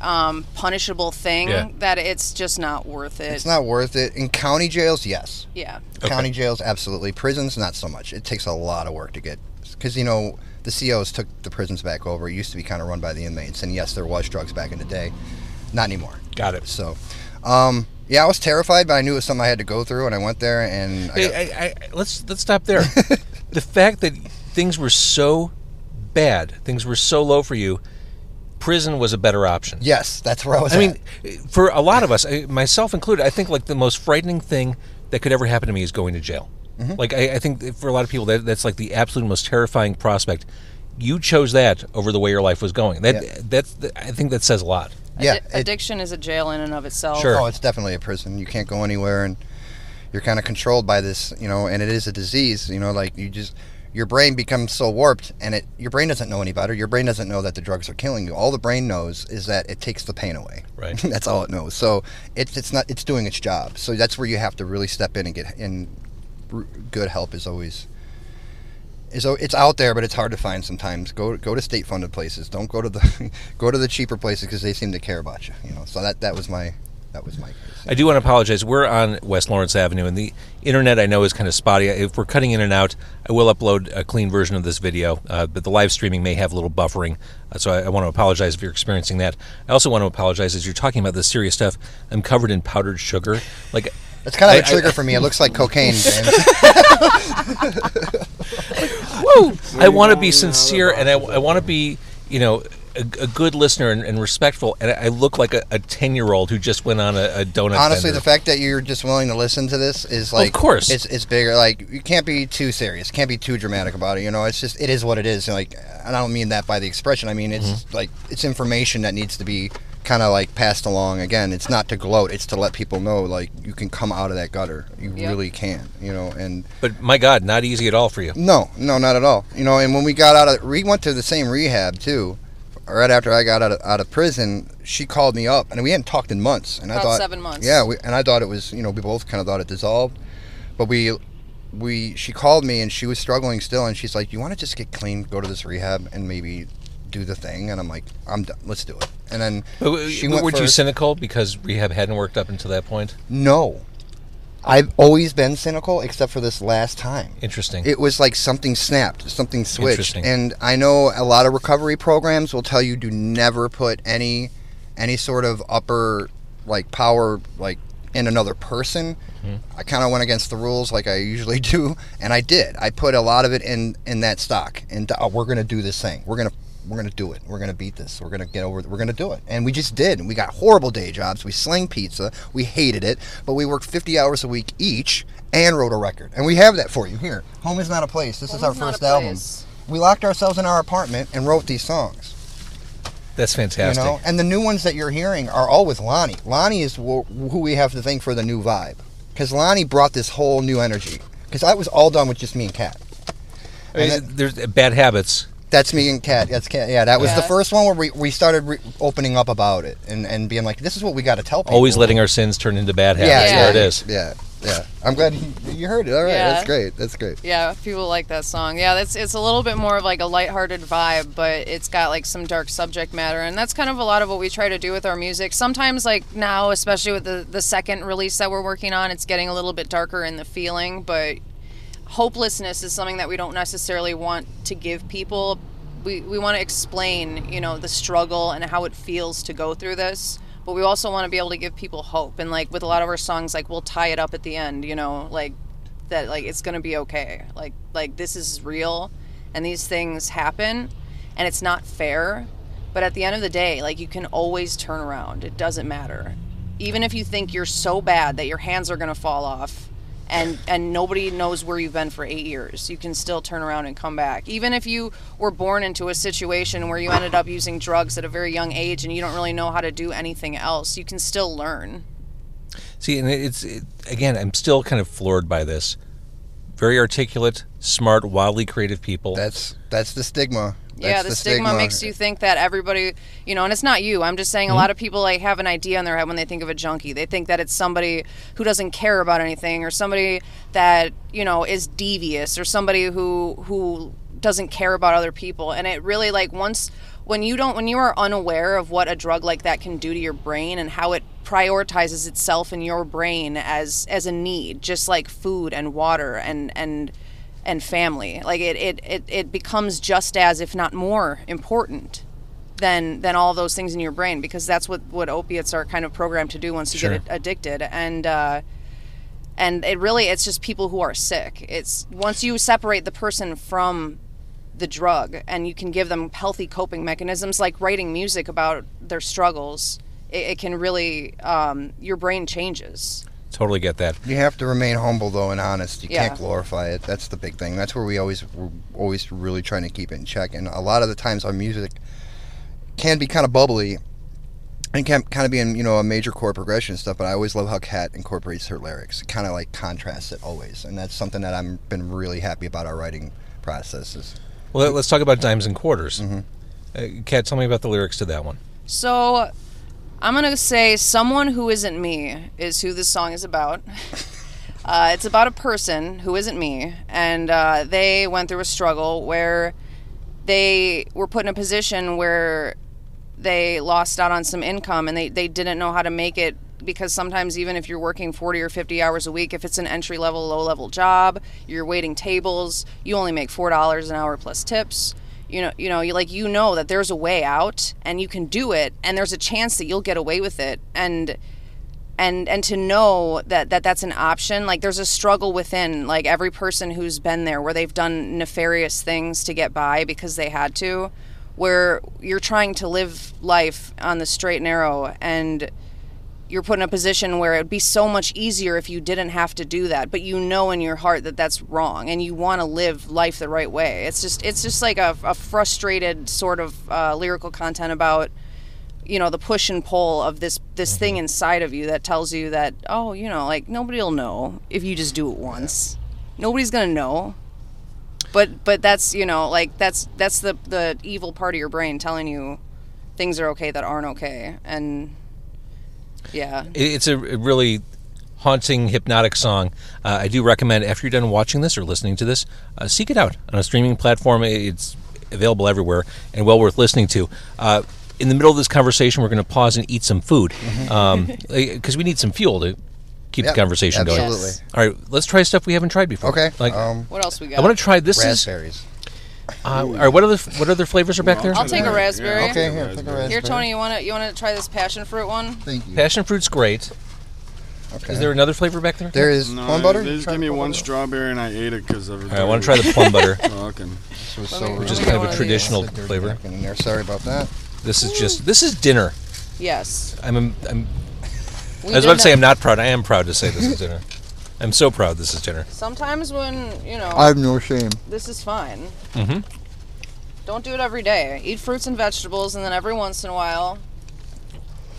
[SPEAKER 3] um, punishable thing
[SPEAKER 1] Yeah.
[SPEAKER 3] that it's just not worth it.
[SPEAKER 2] it's not worth it in county jails yes
[SPEAKER 3] yeah.
[SPEAKER 2] County jails, absolutely. Prisons, not so much. It takes a lot of work to get, because you know the COs took the prisons back over. It used to be kind of run by the inmates, and yes, there was drugs back in the day, not anymore.
[SPEAKER 1] Got it.
[SPEAKER 2] So, um, yeah, I was terrified, but I knew it was something I had to go through, and I went there, and I
[SPEAKER 1] Hey,
[SPEAKER 2] got,
[SPEAKER 1] I, I, I, let's let's stop there. the fact that things were so bad, things were so low for you, prison was a better option.
[SPEAKER 2] yes, that's where I was.
[SPEAKER 1] I
[SPEAKER 2] at.
[SPEAKER 1] mean, for a lot of us, I- myself included, I think like the most frightening thing that could ever happen to me is going to jail.
[SPEAKER 2] Mm-hmm.
[SPEAKER 1] Like I, I think that for a lot of people that that's like the absolute most terrifying prospect. You chose that over the way your life was going. That
[SPEAKER 2] Yeah.
[SPEAKER 1] that's I think that says a lot.
[SPEAKER 2] Yeah,
[SPEAKER 3] Addi-
[SPEAKER 2] it-
[SPEAKER 3] addiction is a jail in and of itself.
[SPEAKER 1] Sure.
[SPEAKER 2] Oh, it's definitely a prison. You can't go anywhere, and you're kind of controlled by this, you know. And it is a disease, you know. Like you just, your brain becomes so warped, and it, your brain doesn't know any better. Your brain doesn't know that the drugs are killing you. All the brain knows is that it takes the pain away.
[SPEAKER 1] Right.
[SPEAKER 2] that's all it knows. So it's it's not it's doing its job. So that's where you have to really step in and get in. R- Good help is always. Is o- it's out there, but it's hard to find sometimes. Go go to state funded places. Don't go to the go to the cheaper places because they seem to care about you. You know, so that that was my that was my case.
[SPEAKER 1] I do want to apologize. We're on West Lawrence Avenue, and the internet I know is kind of spotty. If we're cutting in and out, I will upload a clean version of this video, uh, but the live streaming may have a little buffering. Uh, so I, I want to apologize if you're experiencing that. I also want to apologize as you're talking about this serious stuff. I'm covered in powdered sugar. Like,
[SPEAKER 2] That's kind of
[SPEAKER 1] I-
[SPEAKER 2] a
[SPEAKER 1] I-
[SPEAKER 2] trigger for me. It looks like cocaine. James.
[SPEAKER 1] I want to be sincere, and I, I want to be, you know, a, a good listener and, and respectful. And I, I look like a ten-year-old who just went on a, a donut.
[SPEAKER 2] Honestly,
[SPEAKER 1] bender.
[SPEAKER 2] the fact that you're just willing to listen to this is like,
[SPEAKER 1] course.
[SPEAKER 2] it's it's bigger. Like you can't be too serious, can't be too dramatic about it. You know, it's just it is what it is. And like, and I don't mean that by the expression. I mean it's
[SPEAKER 1] Mm-hmm.
[SPEAKER 2] like it's information that needs to be kind of like passed along. Again, it's not to gloat. It's to let people know like you can come out of that gutter. You
[SPEAKER 3] Yep.
[SPEAKER 2] really can. You know, and
[SPEAKER 1] but my God, not easy at all for you.
[SPEAKER 2] No, no, not at all. You know, and when we got out of, we went to the same rehab too. Right after I got out of, out of prison, she called me up, and we hadn't talked in months. And I
[SPEAKER 3] About
[SPEAKER 2] thought
[SPEAKER 3] seven months.
[SPEAKER 2] Yeah, we, and I thought it was, you know, we both kind of thought it dissolved, but we, we, she called me, and she was struggling still, and she's like, "You want to just get clean, go to this rehab, and maybe do the thing?" And I'm like, "I'm done. Let's do it." And then
[SPEAKER 1] But, w-
[SPEAKER 2] she
[SPEAKER 1] but
[SPEAKER 2] went
[SPEAKER 1] were you
[SPEAKER 2] first.
[SPEAKER 1] cynical because rehab hadn't worked up until that point?
[SPEAKER 2] No, I've always been cynical, except for this last time.
[SPEAKER 1] Interesting.
[SPEAKER 2] It was like something snapped, something switched.
[SPEAKER 1] Interesting.
[SPEAKER 2] And I know a lot of recovery programs will tell you do never put any any sort of upper like power like in another person.
[SPEAKER 1] Hmm.
[SPEAKER 2] I kind of went against the rules like I usually do, and I did. I put a lot of it in in that stock and oh, we're going to do this thing. We're going to we're going to do it. We're going to beat this. We're going to get over it. We're going to do it. And we just did. And we got horrible day jobs. We sling pizza. We hated it. But we worked 50 hours a week each and wrote a record. And we have that for you here. Home is not a place. This is
[SPEAKER 3] Home
[SPEAKER 2] our
[SPEAKER 3] is Not a
[SPEAKER 2] first album.
[SPEAKER 3] Place.
[SPEAKER 2] We locked ourselves in our apartment and wrote these songs.
[SPEAKER 1] That's fantastic.
[SPEAKER 2] You know, and the new ones that you're hearing are all with Lonnie. Lonnie is wh- who we have to thank for the new vibe, because Lonnie brought this whole new energy. Because I was all done with just me and Kat.
[SPEAKER 1] I mean,
[SPEAKER 2] and
[SPEAKER 1] there's uh, bad habits.
[SPEAKER 2] That's me and Kat. That's Kat. Yeah, that was the
[SPEAKER 3] Yeah.
[SPEAKER 2] first one where we, we started re- opening up about it and, and being like, this is what we got to tell people.
[SPEAKER 1] Always letting our sins turn into bad habits.
[SPEAKER 2] yeah,
[SPEAKER 1] There
[SPEAKER 2] yeah,
[SPEAKER 1] it is.
[SPEAKER 2] Yeah, yeah. I'm glad you- you heard it. All right,
[SPEAKER 3] Yeah.
[SPEAKER 2] that's great. That's great.
[SPEAKER 3] Yeah, people like that song. Yeah, that's it's a little bit more of like a lighthearted vibe, but it's got like some dark subject matter, and that's kind of a lot of what we try to do with our music. Sometimes, like now, especially with the the second release that we're working on, it's getting a little bit darker in the feeling, but hopelessness is something that we don't necessarily want to give people. We, we want to explain, you know, the struggle and how it feels to go through this, but we also want to be able to give people hope. And like with a lot of our songs, like we'll tie it up at the end, you know, like that, like it's gonna be okay. Like like this is real, and these things happen, and it's not fair. But at the end of the day, like you can always turn around. It doesn't matter, even if you think you're so bad that your hands are gonna fall off and and nobody knows where you've been for eight years you can still turn around and come back even if you were born into a situation where you ended up using drugs at a very young age and you don't really know how to do anything else you can still learn
[SPEAKER 1] See, and it's it, again, I'm still kind of floored by this. Very articulate, smart, wildly creative people.
[SPEAKER 2] That's that's the stigma.
[SPEAKER 3] yeah,
[SPEAKER 2] That's
[SPEAKER 3] the, stigma, makes you think that everybody, you know, and it's not you. I'm just saying a lot of people like have an idea in their head when they think of a junkie. They think that it's somebody who doesn't care about anything or somebody that, you know, is devious or somebody who who doesn't care about other people. And it really like once when you don't when you are unaware of what a drug like that can do to your brain and how it prioritizes itself in your brain as as a need, just like food and water and and and family. Like it, it, it, it becomes just as, if not more, important than than all those things in your brain because that's what what opiates are kind of programmed to do once you
[SPEAKER 1] Sure.
[SPEAKER 3] get addicted and. Uh, and it really it's just people who are sick it's once you separate the person from the drug and you can give them healthy coping mechanisms like writing music about their struggles it, it can really um, your brain changes
[SPEAKER 1] Totally get that.
[SPEAKER 2] You have to remain humble though and honest. You
[SPEAKER 3] Yeah.
[SPEAKER 2] can't glorify it. That's the big thing. That's where we always we're always really trying to keep it in check. And a lot of the times our music can be kind of bubbly and can kind of be in you know a major chord progression and stuff. But I always love how Kat incorporates her lyrics. It kind of like contrasts it always, and that's something that I'm been really happy about our writing processes.
[SPEAKER 1] Well, let- let's talk about dimes and quarters.
[SPEAKER 2] Mm-hmm.
[SPEAKER 1] Uh, Kat, tell me about the lyrics to that one.
[SPEAKER 3] So I'm going to say Someone Who Isn't Me is who this song is about. uh, it's about a person who isn't me, and uh, they went through a struggle where they were put in a position where they lost out on some income and they, they didn't know how to make it because sometimes even if you're working 40 or 50 hours a week if it's an entry level low level job you're waiting tables you only make four dollars an hour plus tips you know you know you like you know that there's a way out and you can do it and there's a chance that you'll get away with it and and and to know that, that that's an option like there's a struggle within like every person who's been there where they've done nefarious things to get by because they had to where you're trying to live life on the straight and narrow and you're put in a position where it'd be so much easier if you didn't have to do that but you know in your heart that that's wrong and you want to live life the right way it's just it's just like a, a frustrated sort of uh, lyrical content about you know the push and pull of this
[SPEAKER 1] Mm-hmm.
[SPEAKER 3] this thing inside of you that tells you that oh you know like nobody'll know if you just do it once nobody's gonna know but but that's you know like that's that's the the evil part of your brain telling you things are okay that aren't okay and yeah
[SPEAKER 1] It- It's a really haunting, hypnotic song. Uh, I do recommend after you're done watching this or listening to this, uh, seek it out on a streaming platform. I- It's available everywhere and well worth listening to. Uh, in the middle of this conversation, we're going to pause and eat some food
[SPEAKER 2] Mm-hmm.
[SPEAKER 1] because we need some fuel to keep
[SPEAKER 2] Yep,
[SPEAKER 1] the conversation going.
[SPEAKER 2] absolutely.
[SPEAKER 3] Yes.
[SPEAKER 1] All right, let's try stuff we haven't tried before.
[SPEAKER 2] Okay.
[SPEAKER 1] like
[SPEAKER 2] um,
[SPEAKER 3] what else we got
[SPEAKER 1] I want to try this. Is, uh,
[SPEAKER 2] raspberries.
[SPEAKER 1] all right, what other what other flavors are back there?
[SPEAKER 3] I'll take a raspberry.
[SPEAKER 4] Yeah, I'll
[SPEAKER 2] Okay,
[SPEAKER 4] take a
[SPEAKER 2] here, take a
[SPEAKER 4] raspberry.
[SPEAKER 3] here
[SPEAKER 2] raspberry.
[SPEAKER 3] tony you want to you want to try this passion fruit one
[SPEAKER 2] Thank you.
[SPEAKER 1] Passion fruit's great.
[SPEAKER 2] Okay.
[SPEAKER 1] Is there another flavor back there?
[SPEAKER 2] There is
[SPEAKER 4] No,
[SPEAKER 2] plum butter.
[SPEAKER 4] They just
[SPEAKER 2] Try
[SPEAKER 4] gave me
[SPEAKER 2] plum
[SPEAKER 4] one
[SPEAKER 2] butter.
[SPEAKER 4] strawberry and I ate it because of. Oh,
[SPEAKER 1] All right, I want to try the plum butter.
[SPEAKER 4] Fucking.
[SPEAKER 2] This was
[SPEAKER 3] Let
[SPEAKER 2] so
[SPEAKER 3] me-
[SPEAKER 1] Which is
[SPEAKER 2] original.
[SPEAKER 3] let me
[SPEAKER 1] kind
[SPEAKER 3] get
[SPEAKER 1] of
[SPEAKER 3] one
[SPEAKER 1] a
[SPEAKER 3] these.
[SPEAKER 1] traditional
[SPEAKER 2] Stick their
[SPEAKER 1] flavor.
[SPEAKER 2] napkin in there. Sorry about that.
[SPEAKER 1] This is just this is dinner.
[SPEAKER 3] yes
[SPEAKER 1] I'm, I'm
[SPEAKER 3] we
[SPEAKER 1] I was
[SPEAKER 3] did
[SPEAKER 1] about to say
[SPEAKER 3] that.
[SPEAKER 1] I'm not proud. I am proud to say this is dinner. I'm so proud this is dinner.
[SPEAKER 3] sometimes when you know
[SPEAKER 2] have no shame.
[SPEAKER 3] this is fine.
[SPEAKER 1] Mhm.
[SPEAKER 3] Don't do it every day. Eat fruits and vegetables, and then every once in a while,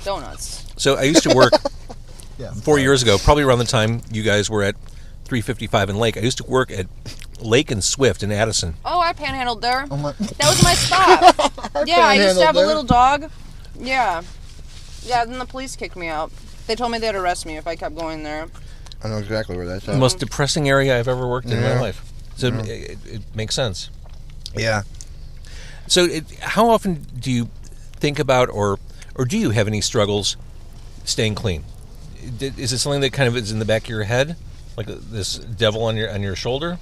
[SPEAKER 3] donuts.
[SPEAKER 1] So I used to work
[SPEAKER 2] Yeah.
[SPEAKER 1] four years ago, probably around the time you guys were at 355 in Lake. I used to work at Lake and Swift in Addison.
[SPEAKER 3] Oh, I panhandled there.
[SPEAKER 2] I'm like,
[SPEAKER 3] That was my spot. yeah, I used
[SPEAKER 2] panhandled
[SPEAKER 3] to have
[SPEAKER 2] there.
[SPEAKER 3] a little dog. Yeah. Yeah, then the police kicked me out. They told me they'd arrest me if I kept going there.
[SPEAKER 2] I know exactly where that's
[SPEAKER 1] The
[SPEAKER 2] at.
[SPEAKER 1] most depressing area I've ever worked in my
[SPEAKER 2] Yeah.
[SPEAKER 1] life. So it, it, it makes sense.
[SPEAKER 2] yeah.
[SPEAKER 1] So it, how often do you think about or or do you have any struggles staying clean? Did- Is it something that kind of is in the back of your head, like uh, this devil on your on your shoulder?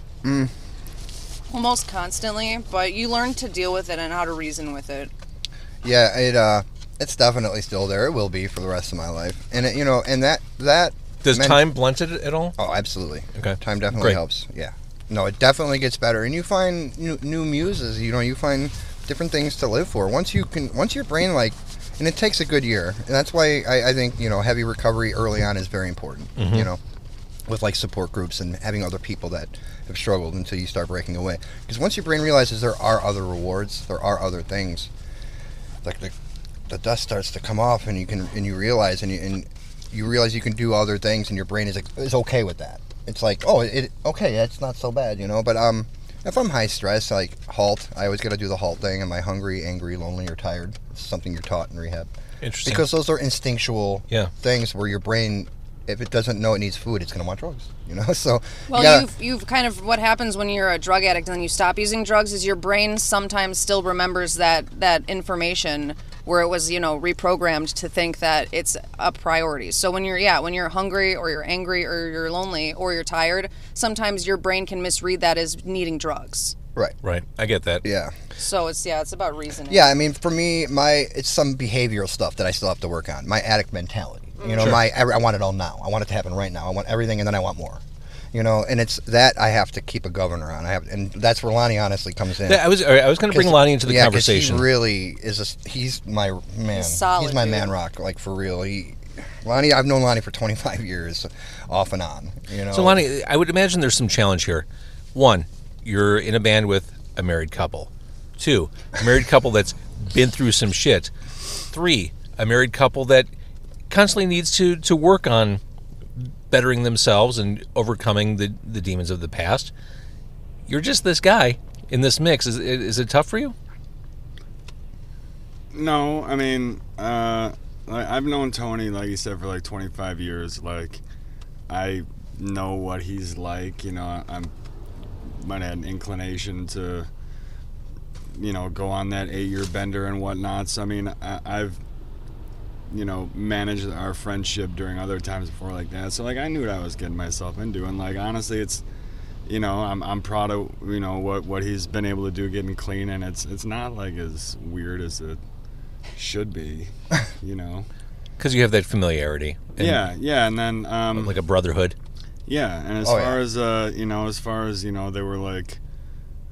[SPEAKER 3] Almost constantly, but you learn to deal with it and how to reason with it.
[SPEAKER 2] Yeah, it uh it's definitely still there. It will be for the rest of my life. And it, you know, and that that
[SPEAKER 1] Does
[SPEAKER 2] men-
[SPEAKER 1] time blunt it at all?
[SPEAKER 2] Oh, absolutely.
[SPEAKER 1] Okay.
[SPEAKER 2] Time definitely
[SPEAKER 1] Great.
[SPEAKER 2] helps. Yeah. No, it definitely gets better and you find new, new muses, you know, you find different things to live for. Once you can once your brain like and it takes a good year. And that's why I, I think, you know, heavy recovery early on is very important.
[SPEAKER 1] Mm-hmm.
[SPEAKER 2] You know. With like support groups and having other people that have struggled until you start breaking away. Because once your brain realizes there are other rewards, there are other things, like the, the dust starts to come off and you can and you realize and you and you realize you can do other things and your brain is like is okay with that it's like oh it okay that's not so bad you know but um if i'm high stress like halt i always got to do the halt thing am i hungry angry lonely or tired it's something you're taught in rehab
[SPEAKER 1] Interesting.
[SPEAKER 2] because those are instinctual
[SPEAKER 1] Yeah.
[SPEAKER 2] things where your brain if it doesn't know it needs food it's going to want drugs you know so
[SPEAKER 3] Well,
[SPEAKER 2] you gotta-
[SPEAKER 3] you've, you've kind of what happens when you're a drug addict and then you stop using drugs is your brain sometimes still remembers that that information where it was you know reprogrammed to think that it's a priority. So when you're yeah when you're hungry or you're angry or you're lonely or you're tired, sometimes your brain can misread that as needing drugs.
[SPEAKER 2] right
[SPEAKER 1] Right. I get that.
[SPEAKER 2] yeah
[SPEAKER 3] So it's yeah it's about reasoning.
[SPEAKER 2] Yeah, I mean, for me, my it's some behavioral stuff that I still have to work on. My addict mentality.
[SPEAKER 1] Mm.
[SPEAKER 2] You know, my I, I want it all now. I want it to happen right now. I want everything, and then I want more. You know, and it's that I have to keep a governor on. I have, and that's where Lonnie honestly comes in.
[SPEAKER 1] Th- I was all right, I was going to
[SPEAKER 2] 'Cause-
[SPEAKER 1] bring Lonnie into the
[SPEAKER 2] yeah, 'cause
[SPEAKER 1] conversation.
[SPEAKER 2] He really is. A, he's my man.
[SPEAKER 3] He's solid,
[SPEAKER 2] my
[SPEAKER 3] dude.
[SPEAKER 2] man rock, like for real. He Lonnie, I've known Lonnie for 25 years, off and on. You know,
[SPEAKER 1] So, Lonnie, I would imagine there's some challenge here. One, you're in a band with a married couple. Two, a married couple that's been through some shit. Three, a married couple that constantly needs to, to work on bettering themselves and overcoming the, the demons of the past. You're just this guy in this mix. Is, is it tough for you?
[SPEAKER 4] No, I mean, uh, like, I've known Tony, like you said, for like 25 years. Like, I know what he's like. You know, I'm might have an inclination to, you know, go on that eight-year bender and whatnot. So I mean, I, I've, you know, managed our friendship during other times before like that. So like, I knew what I was getting myself into, and like, honestly, it's. You know, I'm, I'm proud of you know what, what he's been able to do getting clean, and it's it's not like as weird as it should be, you know.
[SPEAKER 1] Because you have that familiarity. and
[SPEAKER 4] yeah, yeah, and then um,
[SPEAKER 1] Like a brotherhood.
[SPEAKER 4] yeah, and as
[SPEAKER 2] Oh, yeah.
[SPEAKER 4] far as uh, you know, as far as you know, they were like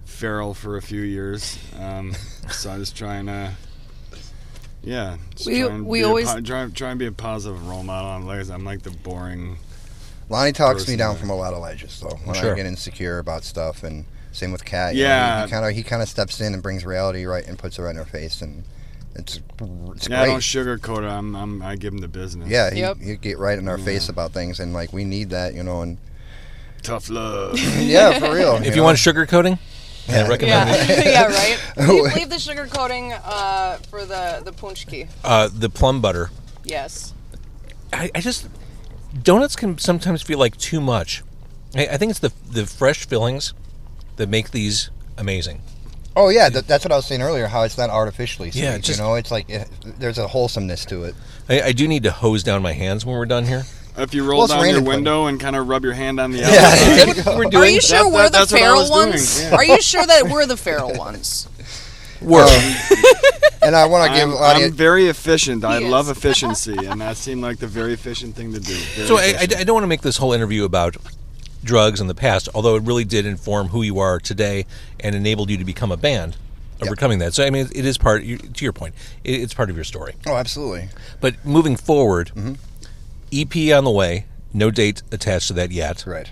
[SPEAKER 4] feral for a few years, um, so I was trying to. Yeah, just
[SPEAKER 3] We-
[SPEAKER 4] try and
[SPEAKER 3] we
[SPEAKER 4] be a
[SPEAKER 3] always-
[SPEAKER 4] po- try, try and be a positive role model. I'm like, I'm like the boring.
[SPEAKER 2] Lonnie talks me
[SPEAKER 4] Personally.
[SPEAKER 2] down from a lot of ledges, though. When
[SPEAKER 1] Sure.
[SPEAKER 2] I get insecure about stuff, and same with Kat.
[SPEAKER 4] Yeah.
[SPEAKER 2] you know, he kind of he kind of steps in and brings reality right and puts it right in her face, and it's it's
[SPEAKER 4] Yeah, I
[SPEAKER 2] great.
[SPEAKER 4] don't sugarcoat it. I'm, I'm I give them the business.
[SPEAKER 2] yeah, he
[SPEAKER 3] Yep.
[SPEAKER 2] he'd get right in our face about things, and like we need that, you know. And
[SPEAKER 4] tough love.
[SPEAKER 2] yeah, for real.
[SPEAKER 1] If you want sugarcoating, I
[SPEAKER 2] Yeah.
[SPEAKER 1] recommend it.
[SPEAKER 3] Yeah, yeah, right. Leave, leave the sugar coating uh, for the the punchki.
[SPEAKER 1] Uh, the plum butter.
[SPEAKER 3] Yes.
[SPEAKER 1] I, I just donuts can sometimes feel like too much. I, I think it's the the fresh fillings that make these amazing.
[SPEAKER 2] oh yeah, th- that's what I was saying earlier. How it's not artificially sweet.
[SPEAKER 1] Yeah, just-
[SPEAKER 2] you know, it's like it, there's a wholesomeness to it.
[SPEAKER 1] I, I do need to hose down my hands when we're done here.
[SPEAKER 4] if you roll
[SPEAKER 2] Well, it's
[SPEAKER 4] down your
[SPEAKER 2] random, but-
[SPEAKER 4] window and kind of rub your hand on the
[SPEAKER 2] Yeah.
[SPEAKER 4] outside,
[SPEAKER 2] There you
[SPEAKER 1] What
[SPEAKER 2] go.
[SPEAKER 1] we're
[SPEAKER 3] Are
[SPEAKER 1] doing.
[SPEAKER 3] you sure
[SPEAKER 4] that-
[SPEAKER 3] we're
[SPEAKER 4] that's
[SPEAKER 3] the
[SPEAKER 4] what I
[SPEAKER 3] feral
[SPEAKER 4] was doing,
[SPEAKER 3] ones?
[SPEAKER 4] yeah.
[SPEAKER 3] Are you sure that we're the feral ones?
[SPEAKER 1] We're-
[SPEAKER 2] Um, And I want to give
[SPEAKER 4] I'm,
[SPEAKER 2] Lonnie.
[SPEAKER 4] I'm very efficient. I
[SPEAKER 3] He
[SPEAKER 4] love
[SPEAKER 3] is.
[SPEAKER 4] efficiency, and that seemed like the very efficient thing to do. Very
[SPEAKER 1] so I, I,
[SPEAKER 4] efficient.
[SPEAKER 1] I don't want to make this whole interview about drugs in the past, although it really did inform who you are today and enabled you to become a band, overcoming that. So I mean, it is part. you- To your point, it, it's part of your story.
[SPEAKER 2] oh, absolutely.
[SPEAKER 1] But moving forward, EP on the way. No date attached to that yet.
[SPEAKER 2] Right.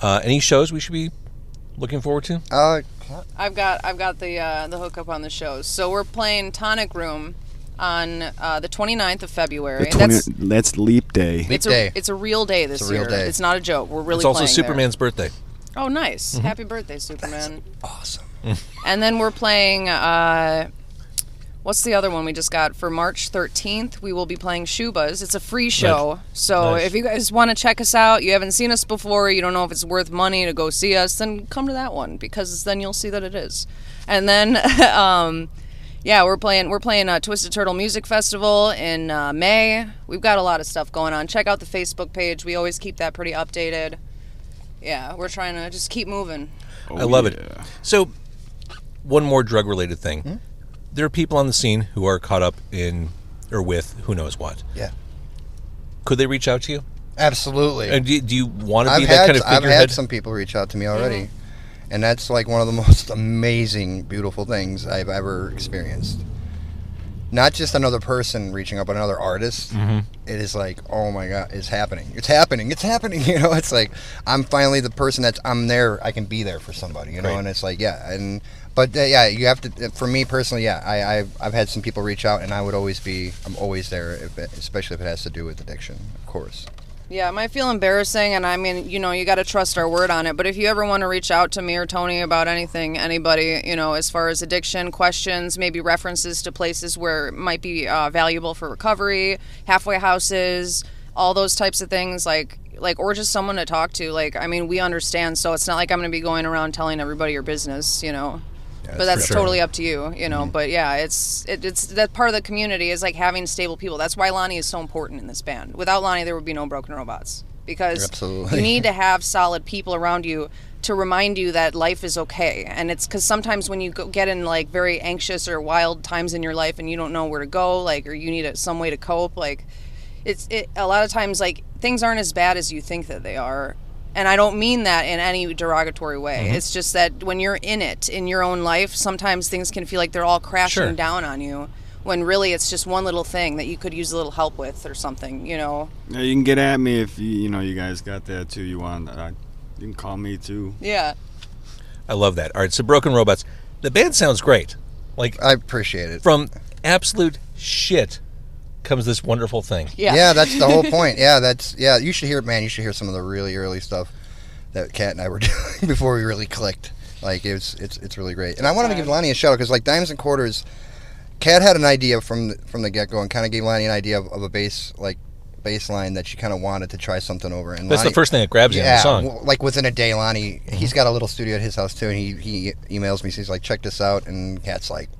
[SPEAKER 1] Uh, any shows we should be looking forward to?
[SPEAKER 2] Uh,
[SPEAKER 3] I've got I've got the uh, the hookup on the shows. So we're playing Tonic Room on uh, the 29th of February. That's
[SPEAKER 4] that's leap day.
[SPEAKER 3] it's
[SPEAKER 2] day.
[SPEAKER 3] a it's a real day this
[SPEAKER 2] a real
[SPEAKER 3] year.
[SPEAKER 2] day.
[SPEAKER 3] It's not a joke. We're really
[SPEAKER 1] It's also Mm-hmm.
[SPEAKER 3] playing there.
[SPEAKER 1] Superman's birthday.
[SPEAKER 3] Oh, nice! Happy birthday, Superman!
[SPEAKER 2] awesome.
[SPEAKER 3] And then we're playing. Uh, what's the other one we just got for March 13th? We will be playing Shubas. It's a free show, so
[SPEAKER 1] Nice.
[SPEAKER 3] if you guys want to check us out, you haven't seen us before, you don't know if it's worth money to go see us, then come to that one because then you'll see that it is. And then. um, yeah, we're playing. We're playing uh, Twisted Turtle Music Festival in uh, May. We've got a lot of stuff going on. Check out the Facebook page. We always keep that pretty updated. Yeah, we're trying to just keep moving.
[SPEAKER 1] I love it. So, one more drug related thing.
[SPEAKER 2] Hmm?
[SPEAKER 1] There are people on the scene who are caught up in or with who knows what.
[SPEAKER 2] Yeah.
[SPEAKER 1] Could they reach out to you?
[SPEAKER 2] Absolutely.
[SPEAKER 1] And do, do you want to be
[SPEAKER 2] I've
[SPEAKER 1] that
[SPEAKER 2] had
[SPEAKER 1] kind of
[SPEAKER 2] I've
[SPEAKER 1] figurehead?
[SPEAKER 2] had some people reach out to me already, and that's like one of the most amazing, beautiful things I've ever experienced. Not just another person reaching out, but another artist.
[SPEAKER 1] Mm-hmm.
[SPEAKER 2] It is like, oh my god, it's happening! It's happening! It's happening! You know, it's like I'm finally the person that's I'm there. I can be there for somebody. You know,
[SPEAKER 1] Great.
[SPEAKER 2] and it's like yeah, and but uh, yeah, you have to. For me personally, yeah, I I've, I've had some people reach out, and I would always be I'm always there, if it, especially if it has to do with addiction, of course.
[SPEAKER 3] Yeah, it might feel embarrassing, and I mean, you know, you got to trust our word on it. But if you ever want to reach out to me or Tony about anything, anybody, you know, as far as addiction questions, maybe references to places where it might be uh, valuable for recovery, halfway houses, all those types of things, like, like, or just someone to talk to. Like, I mean, we understand, so it's not like I'm going to be going around telling everybody your business, you know. but that's
[SPEAKER 1] sure.
[SPEAKER 3] totally up to you, you know. But yeah, it's it, it's that part of the community is like having stable people. That's why Lonnie is so important in this band. Without Lonnie, there would be no Broken Robots because
[SPEAKER 2] Absolutely.
[SPEAKER 3] you need to have solid people around you to remind you that life is okay. And it's because sometimes when you go, get in like very anxious or wild times in your life and you don't know where to go, like or you need a, some way to cope, like it's it, a lot of times like things aren't as bad as you think that they are and i don't mean that in any derogatory way it's just that when you're in it in your own life sometimes things can feel like they're all crashing
[SPEAKER 1] Sure.
[SPEAKER 3] down on you when really it's just one little thing that you could use a little help with or something, you know?
[SPEAKER 4] Yeah, you can get at me if you, you know you guys got that too. You want? Uh, you can call me too.
[SPEAKER 3] Yeah.
[SPEAKER 1] I love that. All right, so Broken Robots. The band sounds great. Like
[SPEAKER 2] I appreciate it.
[SPEAKER 1] from absolute shit comes this wonderful thing.
[SPEAKER 3] Yeah.
[SPEAKER 2] Yeah, that's the whole point. Yeah, that's yeah. You should hear, man. You should hear some of the really early stuff that Kat and I were doing before we really clicked. Like it's it's it's really great. And I wanted to give Lonnie a shout out because like dimes and quarters, Kat had an idea from the, from the get go and kind of gave Lonnie an idea of, of a bass like bass line that she kind of wanted to try something over. And
[SPEAKER 1] That's the
[SPEAKER 2] Lonnie-
[SPEAKER 1] first thing that grabs you in the song. Mm-hmm.
[SPEAKER 2] well, like within a day, Lonnie, he's got a little studio at his house too, and he, he emails me. So he's like, check this out, and Cat's like,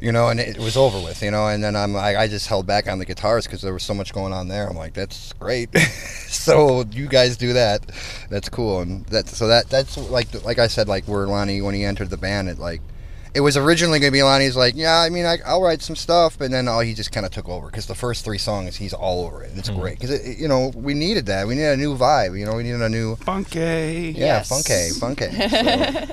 [SPEAKER 2] you know, and it was over with, you know. And then I'm, I, I just held back on the guitars because there was so much going on there. I'm like, that's great. so you guys do that, that's cool, and that so that that's like like I said, like where Lonnie when he entered the band, it like. It was originally going to be Lonnie's like, yeah, I mean, I, I'll write some stuff, but then oh, he just kind of took over because the first three songs, he's all over it, and it's
[SPEAKER 1] Hmm.
[SPEAKER 2] great. 'Cause great because you know we needed that, we needed a new vibe, you know, we needed a new
[SPEAKER 4] Funky.
[SPEAKER 2] yeah,
[SPEAKER 3] Yes.
[SPEAKER 2] funky, funky.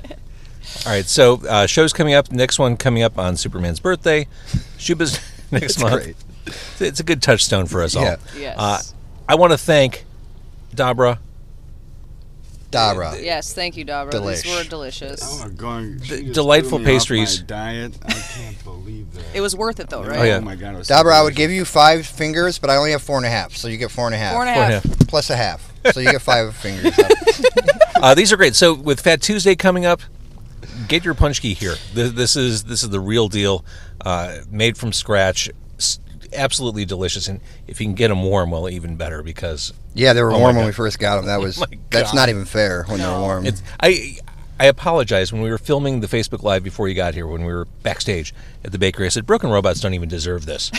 [SPEAKER 1] All right, so uh, show's coming up. Next one coming up on Superman's birthday. Shuba's next month.
[SPEAKER 2] great.
[SPEAKER 1] It's a good touchstone for us
[SPEAKER 2] Yeah.
[SPEAKER 1] all.
[SPEAKER 3] Yes.
[SPEAKER 1] Uh, I want to thank Dabra.
[SPEAKER 2] Dabra.
[SPEAKER 3] yes. Thank you, Dabra.
[SPEAKER 2] Delish.
[SPEAKER 3] These were delicious.
[SPEAKER 4] Oh, going. she
[SPEAKER 1] The
[SPEAKER 4] just
[SPEAKER 1] delightful
[SPEAKER 4] threw me off
[SPEAKER 1] pastries.
[SPEAKER 4] my diet. I can't believe that. Oh,
[SPEAKER 3] It was worth it though, right?
[SPEAKER 1] yeah.
[SPEAKER 4] my god. it was so
[SPEAKER 2] Dabra, I would
[SPEAKER 4] delicious.
[SPEAKER 2] give you five fingers, but I only have four and a half, so you get four and a half.
[SPEAKER 3] Four and a
[SPEAKER 1] Four and a
[SPEAKER 3] half.
[SPEAKER 1] half.
[SPEAKER 2] Plus a half, so you get five fingers.
[SPEAKER 1] Uh, these are great. So with Fat Tuesday coming up, get your punch key here. Th- This is this is the real deal, uh, made from scratch, s- absolutely delicious. And if you can get them warm, well, even better because
[SPEAKER 2] Yeah, they were
[SPEAKER 1] Oh my
[SPEAKER 2] warm when
[SPEAKER 1] God. Oh
[SPEAKER 2] we first got them. That was
[SPEAKER 1] my
[SPEAKER 2] that's
[SPEAKER 1] God.
[SPEAKER 2] not even fair when they're warm.
[SPEAKER 1] It's I I apologize when we were filming the Facebook Live before you got here when we were backstage at the bakery. I said Broken Robots don't even deserve this.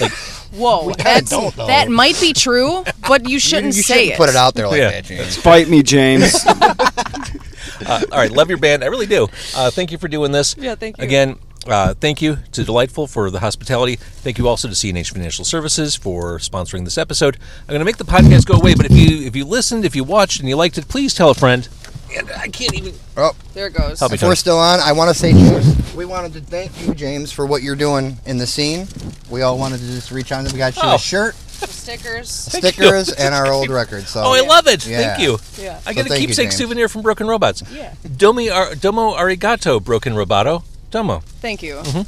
[SPEAKER 1] like
[SPEAKER 3] Whoa, that's, that might be true, but you
[SPEAKER 2] you
[SPEAKER 3] shouldn't
[SPEAKER 2] you
[SPEAKER 3] say
[SPEAKER 2] shouldn't
[SPEAKER 3] it.
[SPEAKER 2] put it out there like
[SPEAKER 1] Yeah.
[SPEAKER 2] that, James.
[SPEAKER 4] Fight me, James.
[SPEAKER 1] uh, all right, love your band. I really do. Uh, thank you for doing this.
[SPEAKER 3] Yeah, thank you.
[SPEAKER 1] Again, uh, thank you to Delightful for the hospitality. Thank you also to CNH Financial Services for sponsoring this episode. I'm going to make the podcast go away, but if you if you listened, if you watched, and you liked it, please tell a friend. And I can't even.
[SPEAKER 2] Oh,
[SPEAKER 3] There it goes.
[SPEAKER 1] Help me.
[SPEAKER 2] if we're still on, I want to say, James, we wanted to thank you, James, for what you're doing in the scene. We all wanted to just reach out. We got you
[SPEAKER 1] Oh.
[SPEAKER 2] a shirt,
[SPEAKER 3] Stickers.
[SPEAKER 1] you.
[SPEAKER 2] stickers, and our old records. So
[SPEAKER 1] Oh, I love it.
[SPEAKER 2] Yeah.
[SPEAKER 1] Thank you.
[SPEAKER 3] Yeah.
[SPEAKER 1] I
[SPEAKER 2] So
[SPEAKER 1] get a
[SPEAKER 2] thank you,
[SPEAKER 1] keepsake
[SPEAKER 2] James.
[SPEAKER 1] souvenir from Broken Robots.
[SPEAKER 3] Yeah.
[SPEAKER 1] Domi ar- domo arigato, Broken Roboto. Domo.
[SPEAKER 3] Thank you.